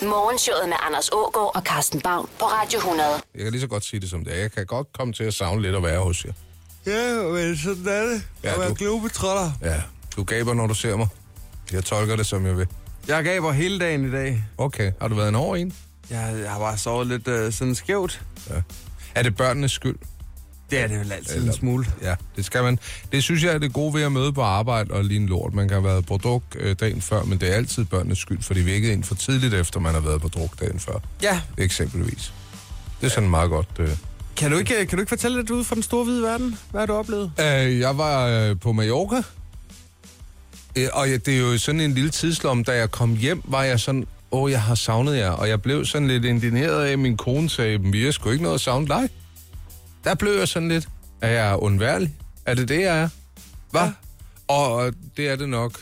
Morgenshowet med Anders Ågaard og Carsten Baum på Radio 100. Jeg kan lige så godt sige det som det er. Jeg kan godt komme til at savne lidt at være hos jer. Ja, men sådan er det. Ja, At være du- globetrotter. Ja. Du gaber, når du ser mig. Jeg tolker det, som jeg vil. Jeg gav mig hele dagen i dag. Okay. Har du været en over en? Jeg, jeg har bare sovet lidt øh, sådan skævt. Ja. Er det børnenes skyld? Det er det vel altid Eller- en smule. Ja, det skal man. Det synes jeg er det gode ved at møde på arbejde og lige en lort. Man kan have været på druk øh, dagen før, men det er altid børnenes skyld, for de virkede ind for tidligt, efter man har været på druk dagen før, Ja, eksempelvis. Det er sådan meget godt. Øh. kan du ikke, kan du ikke fortælle lidt ud fra den store hvide verden? Hvad har du oplevet? Øh, jeg var øh, på Mallorca, øh, og ja, det er jo sådan en lille tidslom. Da jeg kom hjem, var jeg sådan, åh, jeg har savnet jer. Og jeg blev sådan lidt indineret af, at min kone sagde, vi har sgu ikke noget at savne dig. Der blev jeg sådan lidt, er jeg undværlig? Er det det, jeg er? Hvad? Ja. Og øh, det er det nok.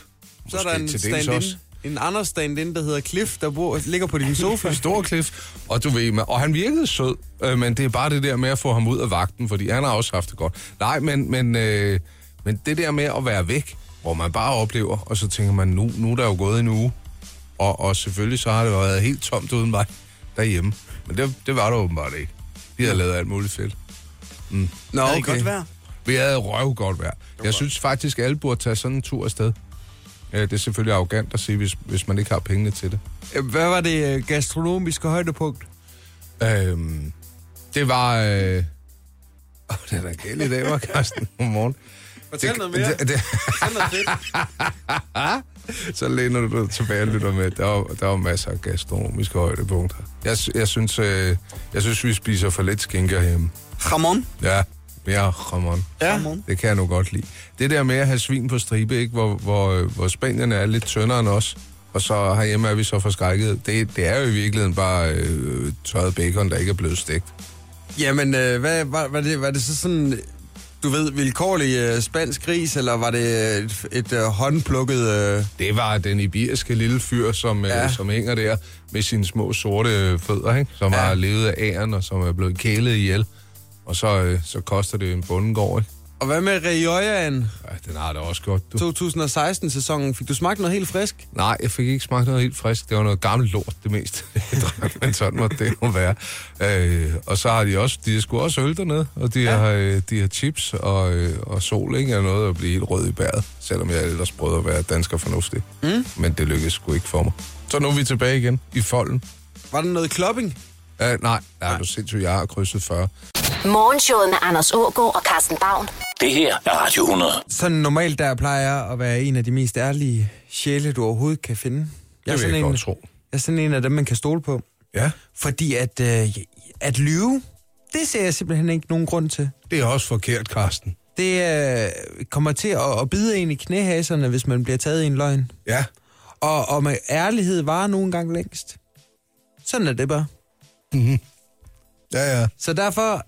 Så er Måske der en til dels også. stand-in. En Anders stand-in, der hedder Cliff, der bor, ligger på din sofa. Stor klif, og du ved, men- og han virkede sød, øh, men det er bare det der med at få ham ud af vagten, fordi han har også haft det godt. Nej, men, men, øh, men det der med at være væk, hvor man bare oplever, og så tænker man, nu, nu er der jo gået en uge, og, og selvfølgelig så har det jo været helt tomt uden mig derhjemme. Men det, det var det åbenbart ikke. Vi havde lavet alt muligt fedt. Nå, Det er godt vejr. Vi havde røv godt vejr. Jeg synes faktisk, alle burde tage sådan en tur afsted. Ja, det er selvfølgelig arrogant at sige, hvis, hvis man ikke har pengene til det. Hvad var det øh, gastronomiske højdepunkt? Øhm, det var... Øh... Oh, det er da galt i dag, var Carsten. Godmorgen. Fortæl noget mere. Det, det, Sådan noget fedt. så læner du dig tilbage og lytter med. Der var, der var masser af gastronomiske højdepunkter. Jeg, sy- jeg, synes, øh, jeg synes, vi spiser for lidt skinker hjemme. Ramon. Ja, mere ramon. Ja. Ramon. Det kan jeg nu godt lide. Det der med at have svin på stribe, ikke? Hvor, hvor, øh, hvor spanierne er lidt tyndere end os, og så herhjemme er vi så forskrækket. Det, det er jo i virkeligheden bare øh, tørret bacon, der ikke er blevet stegt. Jamen, øh, hvad, var, var, det, var det så sådan, du ved, vilkårlig øh, spansk gris, eller var det et, et øh, håndplukket... Øh... Det var den ibiriske lille fyr, som, ja. Ja. øh, som hænger der med sine små sorte øh, fødder, ikke? som ja. Ja. har levet af æren og som er blevet kælet ihjel. Og så, øh, så koster det jo en bundegård, ikke? Og hvad med Rejoyaen Ja, den har det også godt, du. 2016-sæsonen? Fik du smagt noget helt frisk? Nej, jeg fik ikke smagt noget helt frisk. Det var noget gammelt lort, det meste. jeg drak, men sådan må det jo være. Øh, og så har de også, de har sgu også øl dernede, og de, ja. har, øh, de har chips og, øh, og sol, ikke? Og noget at blive helt rød i bæret, selvom jeg ellers prøvede at være dansker fornuftig. Mm. Men det lykkedes sgu ikke for mig. Så nu er vi tilbage igen i folden. Var der noget klopping? Uh, nej, nej, nej, du er sindssyg, jeg har krydset 40. Morgenshowet med Anders Ågaard og Carsten Baum. Det her er Radio 100. Sådan normalt, der plejer jeg at være en af de mest ærlige sjæle, du overhovedet kan finde. Det vil sådan jeg en, godt tro. Jeg er sådan en af dem, man kan stole på. Ja, Fordi at, øh, at lyve, det ser jeg simpelthen ikke nogen grund til. det er også forkert, Karsten. Det øh, kommer til at, at bide en i knæhaserne, hvis man bliver taget i en løgn. Ja, Og, og med ærlighed varer nogle gange længst. Sådan er det bare. ja, ja. Så derfor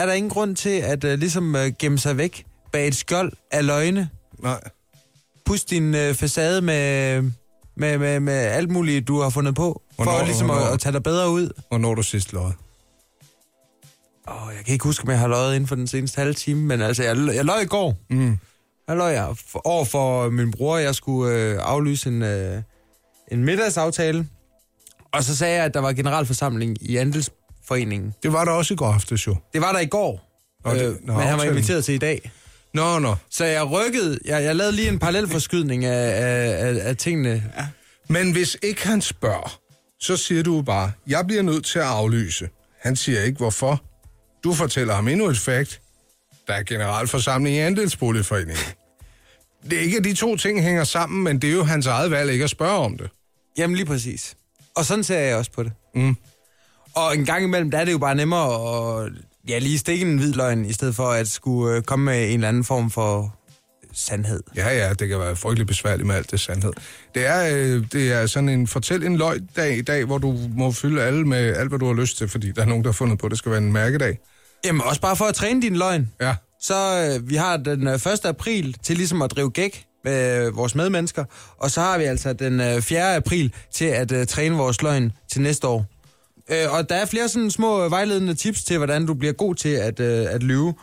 er der ingen grund til at øh, ligesom øh, gemme sig væk bag et skjold af løgne. Nej. Pust din øh, facade med, med, med, med alt muligt, du har fundet på, Hvornår- for ligesom hvornår? at, at tage dig bedre ud. Hvornår du sidst løjet? Åh, jeg kan ikke huske, om jeg har løjet inden for den seneste halve time, men altså, jeg, jeg løj i går. Mm. Der løj jeg for, over for min bror, jeg skulle øh, aflyse en, øh, en middagsaftale. Og så sagde jeg, at der var generalforsamling i Andelsforeningen. Det var der også i går aftes, jo. Det var der i går, Nå, øh, det- nå, men han var aftalen. inviteret til i dag. Nå, nå. Så jeg rykkede, jeg, jeg lavede lige en parallelforskydning af, af, af, af tingene. Men hvis ikke han spørger, så siger du bare, jeg bliver nødt til at aflyse. Han siger ikke, hvorfor. Du fortæller ham endnu et fakt. Der er generalforsamling i andelsboligforeningen. Det er ikke, at de to ting hænger sammen, men det er jo hans eget valg ikke at spørge om det. Jamen lige præcis. Og sådan ser jeg også på det. Mm. Og en gang imellem, der er det jo bare nemmere at ja, lige stikke en hvid løgn, i stedet for at skulle øh, komme med en eller anden form for sandhed. Ja, ja, det kan være frygtelig besværligt med alt det sandhed. Det er, øh, det er sådan en fortæl en løg dag i dag, hvor du må fylde alle med alt, hvad du har lyst til, fordi der er nogen, der har fundet på, at det skal være en mærkedag. Jamen også bare for at træne din løgn. Ja, Så øh, vi har den øh, 1. april til ligesom at drive gæk med øh, vores medmennesker, og så har vi altså den øh, 4. april til at øh, træne vores løgn til næste år. Øh, og der er flere sådan små øh, vejledende tips til, hvordan du bliver god til at, øh, at lyve.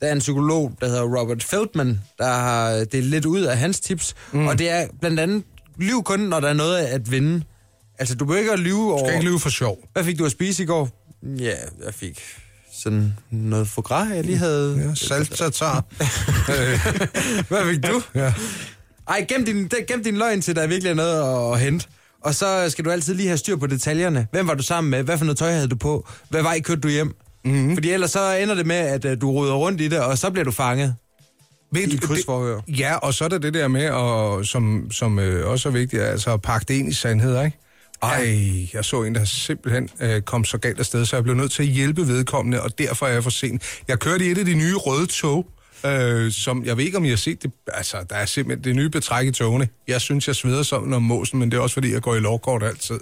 Der er en psykolog, der hedder Robert Feldman, der har øh, delt lidt ud af hans tips, mm. og det er blandt andet, lyv kun, når der er noget at vinde. Altså, du behøver ikke at lyve Du over... kan ikke lyve for sjov. Hvad fik du at spise i går? Ja, jeg fik sådan noget foie gras, jeg lige havde. Ja, saltatar. øh, Hvad fik du? ja. Ej, gem din, den- gem din løgn til, der virkelig er noget at hente. Og så skal du altid lige have styr på detaljerne. Hvem var du sammen med? Hvad for noget tøj havde du på? Hvad vej kørte du hjem? Mhm. Mm-hmm. Fordi ellers så ender det med, at øh, du ruder rundt i det, og så bliver du fanget. Ved I du, krydsforhør. det- Ja, og så er der det der med, og, som, som øh, også er vigtigt, altså at pakke det ind i sandheder, ikke? Ej, jeg så en, der simpelthen øh, kom så galt afsted, så jeg blev nødt til at hjælpe vedkommende, og derfor er jeg for sent. Jeg kørte i et af de nye røde tog, øh, som jeg ved ikke, om I har set det. Altså, der er simpelthen det nye betræk i togene. Jeg synes, jeg sveder som om måsen, men det er også, fordi jeg går i lovkort altid.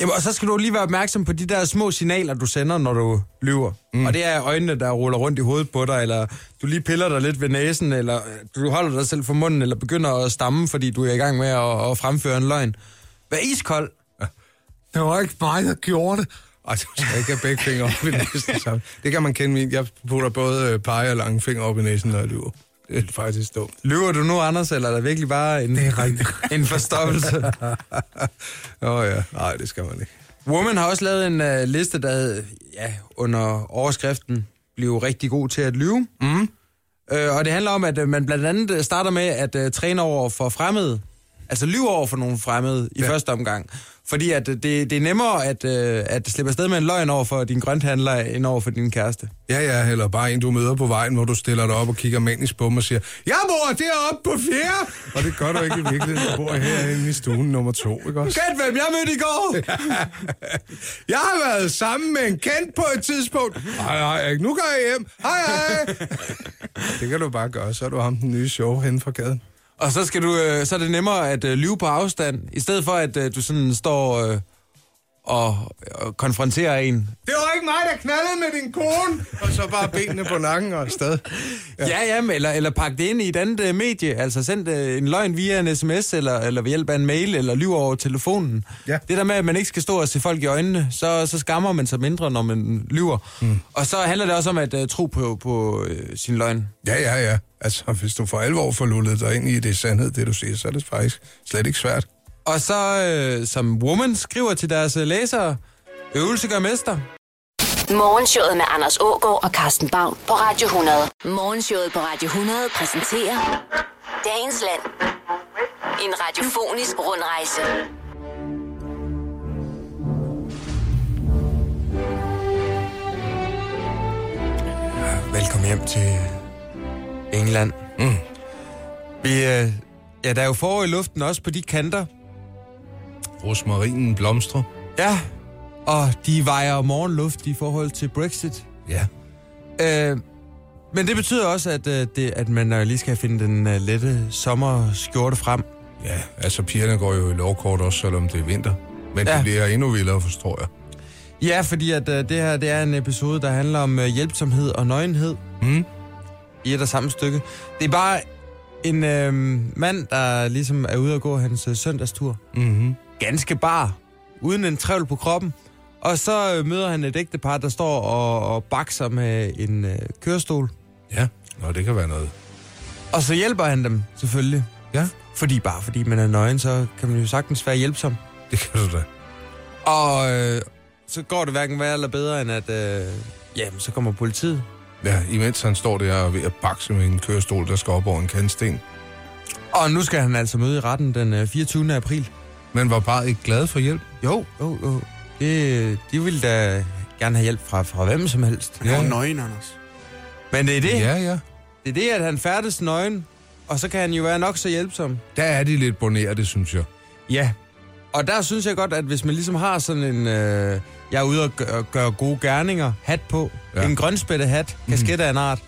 Jamen, og så skal du lige være opmærksom på de der små signaler, du sender, når du lyver. Mm. Og det er øjnene, der ruller rundt i hovedet på dig, eller du lige piller dig lidt ved næsen, eller du holder dig selv for munden, eller begynder at stamme, fordi du er i gang med at, at fremføre en løgn. Vær iskold. Det var ikke mig, der gjorde det. Ej, du skal ikke have begge fingre op i næsen sammen. Det kan man kende min. Jeg putter både øh, pege og lange fingre op i næsen, når jeg lyver. Det er faktisk dumt. Lyver du nu, Anders, eller er der virkelig bare en, det er en forstoppelse? Åh oh, ja, nej, det skal man ikke. Woman har også lavet en uh, liste, der hed, ja, under overskriften Bliv rigtig god til at lyve. Mm. Uh, og det handler om, at uh, man blandt andet øh, starter med at uh, træne over for fremmede. Altså lyve over for nogle fremmede i ja. første omgang. Fordi at uh, det, det er nemmere at, uh, at slippe afsted med en løgn over for din grønthandler, end over for din kæreste. Ja, ja, eller bare en, du møder på vejen, hvor du stiller dig op og kigger manisk på mig og siger, jeg bor deroppe på fjerde! Og det gør du ikke i virkeligheden, du bor herinde i stuen nummer to, ikke også? Gæt, hvem jeg mødte i går! Jeg har været sammen med en kendt på et tidspunkt. Hej, hej, Erik, nu går jeg hjem. Hej, hej. Det kan du bare gøre, så er du ham den nye show hen fra gaden. Og så, skal du, øh, så er det nemmere at øh, lyve på afstand, i stedet for at øh, du sådan står øh, og, og konfronterer en. Det var ikke mig, der knaldede med din kone! Og så bare benene på nakken og afsted. Ja, ja, jamen, eller, eller pak det ind i et andet øh, medie, altså send øh, en løgn via en sms, eller, eller ved hjælp af en mail, eller lyver over telefonen. Ja. Det der med, at man ikke skal stå og se folk i øjnene, så, så skammer man sig mindre, når man lyver. Mm. Og så handler det også om at øh, tro på, på øh, sin løgn. Ja, ja, ja. Altså, hvis du for alvor får lullet dig ind i det sandhed, det du siger, så er det faktisk slet ikke svært. Og så, øh, som Woman skriver til deres øh, læsere, øvelse gør mester. Morgenshowet med Anders Ågaard og Carsten Baum på Radio 100. Morgenshowet på Radio 100 præsenterer Dagens Land. En radiofonisk rundrejse. Velkommen hjem til England. Mm. Vi, øh, ja, der er jo forår i luften også på de kanter. Rosmarinen blomstrer. Ja, og de vejer morgenluft i forhold til Brexit. Ja. Øh, men det betyder også, at, øh, det, at man øh, lige skal finde den øh, lette sommerskjorte frem. Ja, altså pigerne går jo i lovkort også, selvom det er vinter. Men ja. Ja. det bliver endnu vildere, forstår jeg. Ja, fordi at, øh, det her det er en episode, der handler om øh, hjælpsomhed og nøgenhed. Mm. i et og samme stykke. Det er bare en øh, mand, der ligesom er ude at gå hans øh, søndagstur. Mhm. Ganske bar, uden en trævl på kroppen. Og så øh, møder han et ægtepar, der står og, og bakser med en øh, kørestol. Ja. Nå, det kan være noget. Og så hjælper han dem, selvfølgelig. Ja. Fordi bare fordi man er nøgen, så kan man jo sagtens være hjælpsom. Det kan du da. Og øh, så går det hverken værre eller bedre, end at øh, jamen, så kommer politiet. Ja, imens han står der ved at bakse med en kørestol, der skal op over en kantsten. Og nu skal han altså møde i retten den øh, 24. april. Men var bare ikke glad for hjælp? Jo, jo, jo. Det, de ville da gerne have hjælp fra, fra hvem som helst. Han er jo nøgen, Anders. Men det er det. Ja. Ja, ja. Det er det, at han færdes nøgen, og så kan han jo være nok så hjælpsom. Der er de lidt bonerte, synes jeg. Ja. Og der synes jeg godt, at hvis man ligesom har sådan en... Øh, jeg er ude og gøre, gøre gode gerninger, hat på, Ja. ja. en grønspætte hat, kasket af en art,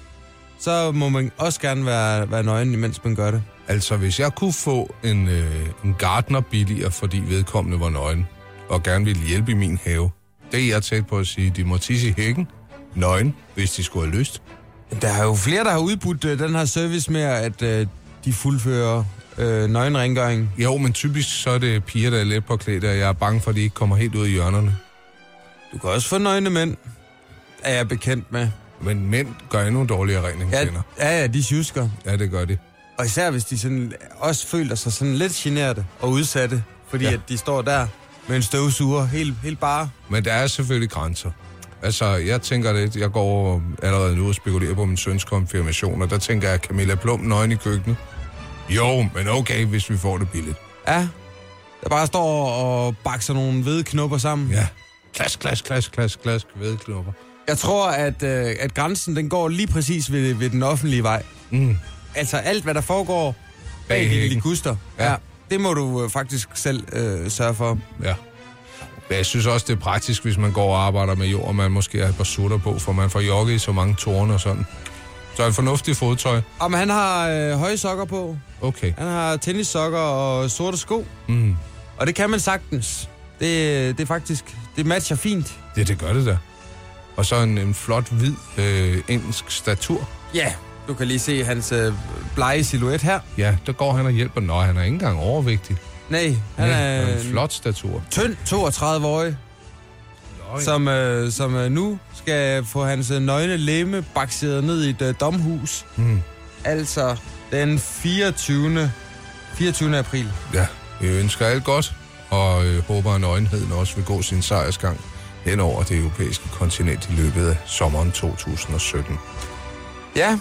så må man også gerne være, være nøgen, imens man gør det. Altså, hvis jeg kunne få en, øh, en gartner billigere, fordi vedkommende var nøgen, og gerne ville hjælpe i min have, det er jeg tæt på at sige, de må tisse i hækken, nøgen, hvis de skulle have lyst. Der er jo flere, der har udbudt øh, den her service med, at øh, de fuldfører øh, nøgenrengøring. Jo, men typisk så er det piger, der er let påklædt, og jeg er bange for, at de ikke kommer helt ud i hjørnerne. Du kan også få nøgne mænd, er jeg bekendt med. Men mænd gør endnu dårligere rent end Ja, kvinder. ja, ja, de sjusker. Ja, det gør de. Og især hvis de sådan også føler sig sådan lidt generte og udsatte, fordi Ja. ja. at de står der. med en støvsuger. Helt, helt bare. Men der er selvfølgelig grænser. Altså, jeg tænker lidt, jeg går allerede nu og spekulerer på min søns konfirmation, og der tænker jeg, Camilla Plum nøgen i køkkenet. Jo, men okay, hvis vi får det billigt. Ja. Der bare står og bakser nogle hvide knopper sammen. Ja. Klas, klas, klas, klas, klas, vedklubber. Jeg tror, at, øh, at grænsen den går lige præcis ved, ved den offentlige vej. Mm. Altså alt, hvad der foregår Bag bag dine hækken. liguster. Ja. Ja. ja. Det må du øh, faktisk selv øh, sørge for. Ja. Men jeg synes også, det er praktisk, hvis man går og arbejder med jord, og man måske har et par sutter på, for man får jogget i så mange tårne og sådan. Så et fornuftigt fodtøj. Om han har øh, høje sokker på. Okay. Han har tennissokker og sorte sko. Mm. Og det kan man sagtens. Det, det er faktisk... Det matcher fint. Ja, det gør det da. Og så en, en flot, hvid øh, engelsk statur. Ja, du kan lige se hans øh, blege silhuet her. Ja, der går han og hjælper. Nå, han er ikke engang overvægtig. Nej, han Ja, er øh, en flot statur. tynd 32-årig, Nå, ja. som, øh, som øh, nu skal få hans øh, nøgne lemme bakseret ned i et øh, domhus. Mm. Altså den 24. 24. april. Ja, vi ønsker alt godt, og øh, håber, at nøgenheden også vil gå sin sejrsgang hen over det europæiske kontinent i løbet af sommeren 2017. Ja,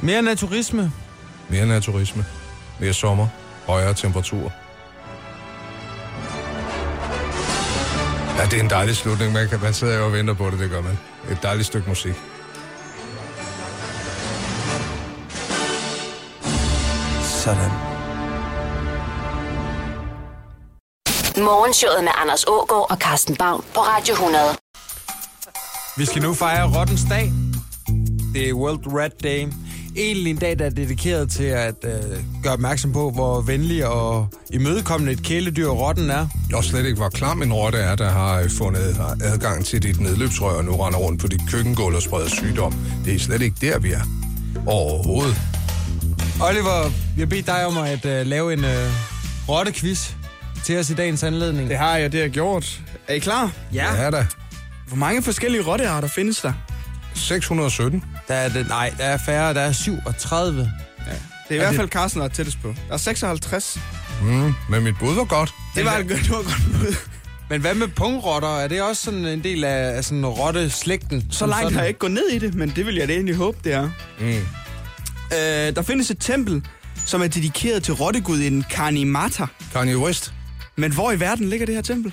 mere naturisme. Mere naturisme, mere sommer, højere temperaturer. Ja, det er en dejlig slutning. Man, kan, man sidder jo og venter på det, det gør man. Et dejligt stykke musik. Sådan. Morgenshowet med Anders Ågaard og Carsten Baum på Radio 100. Vi skal nu fejre Rottens Dag. Det er World Rat Day. Egentlig en dag, der er dedikeret til at øh, gøre opmærksom på, hvor venlig og imødekommende et kæledyr rotten er. Jeg slet ikke, hvor klam en rotte er, der har øh, fundet adgang til dit nedløbsrør, og nu render rundt på dit køkkengulv og spreder sygdom. Det er slet ikke der, vi er. Overhovedet. Oliver, jeg beder dig om at øh, lave en øh, rottequiz til os i dagens anledning. Det har jeg, det har jeg gjort. Er I klar? Ja da. Hvor mange forskellige rottearter findes der? 617. Der er det, nej, der er færre. Der er 37. Det er i hvert fald Carsten, der er tættest på. Der er 56. Mm, men mit bud var godt. Det var et godt, det var et godt bud. Men hvad med pungrotter? Er det også sådan en del af, af sådan rotteslægten? Så som langt sådan? har jeg ikke gået ned i det, men det vil jeg da egentlig håbe, det er. Mm. Øh, der findes et tempel, som er dedikeret til rottegudinden Kani Mata. Kanye West. Men hvor i verden ligger det her tempel?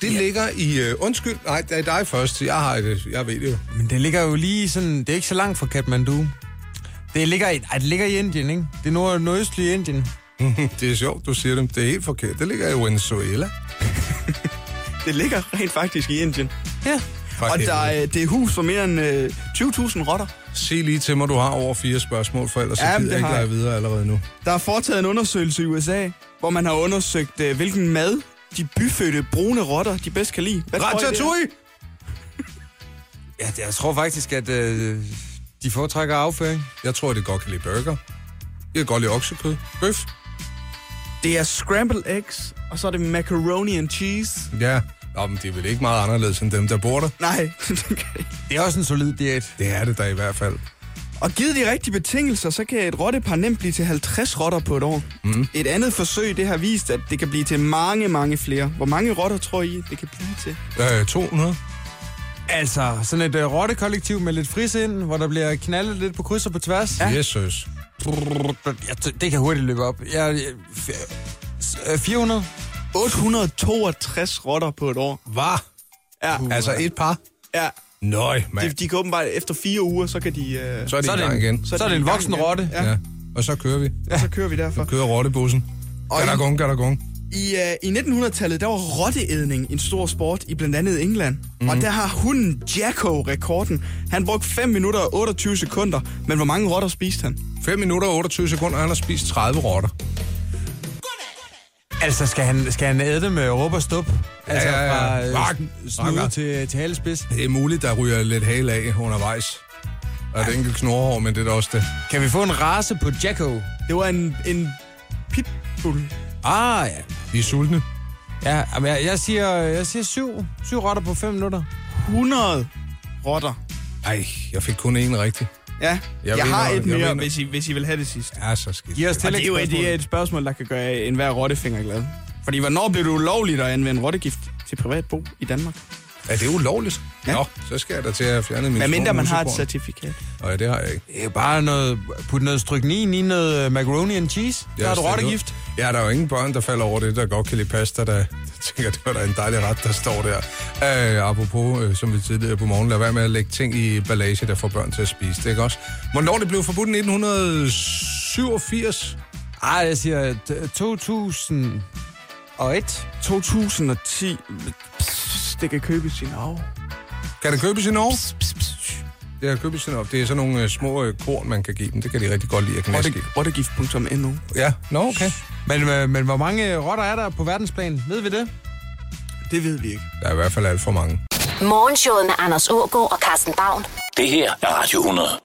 Det ja. ligger i... Uh, undskyld, nej, det er dig først. Jeg har det. Jeg ved det jo. Men det ligger jo lige sådan... Det er ikke så langt fra Kathmandu. Det ligger i, ej, det ligger i Indien, ikke? Det er nord- nordøstlige Indien. det er sjovt, du siger det. Det er helt forkert. Det ligger i Venezuela. Det ligger rent faktisk i Indien. Ja. For Og der, helvede. er- det er hus for mere end øh, 20.000 rotter. Sig lige til mig, du har over fire spørgsmål, for ellers så Jamen, gider det jeg ikke har lege jeg. videre allerede nu. Der er foretaget en undersøgelse i USA, hvor man har undersøgt, øh, hvilken mad de byfødte brune rotter, de bedst kan lide. Hvad tror I, det er? Ratatouille! Ja, det, jeg tror faktisk, at øh, de foretrækker afføring. Jeg tror, det godt kan lide burger. Jeg kan godt lide oksekød. Bøf. Det er scrambled eggs, og så er det macaroni and cheese. Ja. Nå, men det er vel ikke meget anderledes end dem, der bor der. Nej, det kan ikke. Det er også en solid diæt. Det er det da i hvert fald. Og givet de rigtige betingelser, så kan et rottepar nemt blive til 50 rotter på et år. Mm. Et andet forsøg, det har vist, at det kan blive til mange, mange flere. Hvor mange rotter tror I, det kan blive til? Øh, 200. Altså, sådan et øh, rottekollektiv med lidt frisind, hvor der bliver knaldet lidt på kryds og på tværs. Ja. Jesus. Ja, det- det kan hurtigt løbe op. Jeg, jeg, f- s- øh, 400? 862 rotter på et år. Var? Ja, Uh. Altså et par? ja. Nøj, mand. De, de kan åbenbart efter fire uger, så kan de... Øh, Så er det Så er i det gang en- igen. Så er det de en i gang voksen igen. rotte. Ja, ja. Ja. Og så kører vi. Og så kører vi derfra. Kører rottebussen. Gadagong, gadagong. I, øh, I 1900-tallet, der var rotteædning en stor sport i blandt andet England. Mm. Og der har hunden Jacko rekorden. Han brugte 5 minutter og 28 sekunder, men hvor mange rotter spiste han? 5 minutter og 28 sekunder, han har spist 30 rotter. Altså, skal han, skal han æde det med råb og stup? Altså, ja, ja. fra øh, Vak, sn- vakker. snude til, til halespids. Det er muligt, der ryger lidt hale af undervejs. Og et enkelt knorhår, men det er da også det. Kan vi få en race på Jacko? Det var en, en pitbull. Ah, ja. De er sultne. ja jamen, jeg, jeg, siger, jeg siger syv, syv rotter på fem minutter. 100 rotter. Ej, jeg fik kun én rigtig. Ja, jeg, jeg vinder, har jeg et mere, vinder. hvis I, hvis I vil have det sidste. Ja, så skidt. Giv os Og det er jo tillægsspørgsmål. det er et spørgsmål, der kan gøre enhver rottefinger glad. Fordi hvornår blev det ulovligt at anvende rottegift til privat brug i Danmark? Er det ulovligt? Ja. Ja. Nå, så skal jeg da til at fjerne min Hvad mindre små man har et musekorn. certifikat. Nej, det har jeg ikke. Det er bare noget, put noget stryknin i noget øh, macaroni and cheese. Jeg Der er du slet rottegift. ikke- Ja, der er jo ingen børn, der falder over det, der godt kan lide pasta, der der tænker, det var da en dejlig ret, der står der. Øh, apropos, øh, som vi tidligere på morgen, lad være med at lægge ting i ballage, der får børn til at spise. Det er ikke også? Hvornår det blev forbudt? 1987? Ej, jeg siger t- 2001. 2010. Pss, det kan købes i Norge. Kan det købes i Norge? Det har købes i Norge. Det er sådan nogle øh, små øh, korn, man kan give dem. Det kan de rigtig godt lide at knaske i. Rotte- Rottegift.no. Ja, nå, okay. Men, øh, men hvor mange øh, rotter er der på verdensplan? Ved vi det? Det ved vi ikke. Der er i hvert fald alt for mange. Morgenshowet med Anders Ågaard og Carsten Baum. Det her er Radio 100.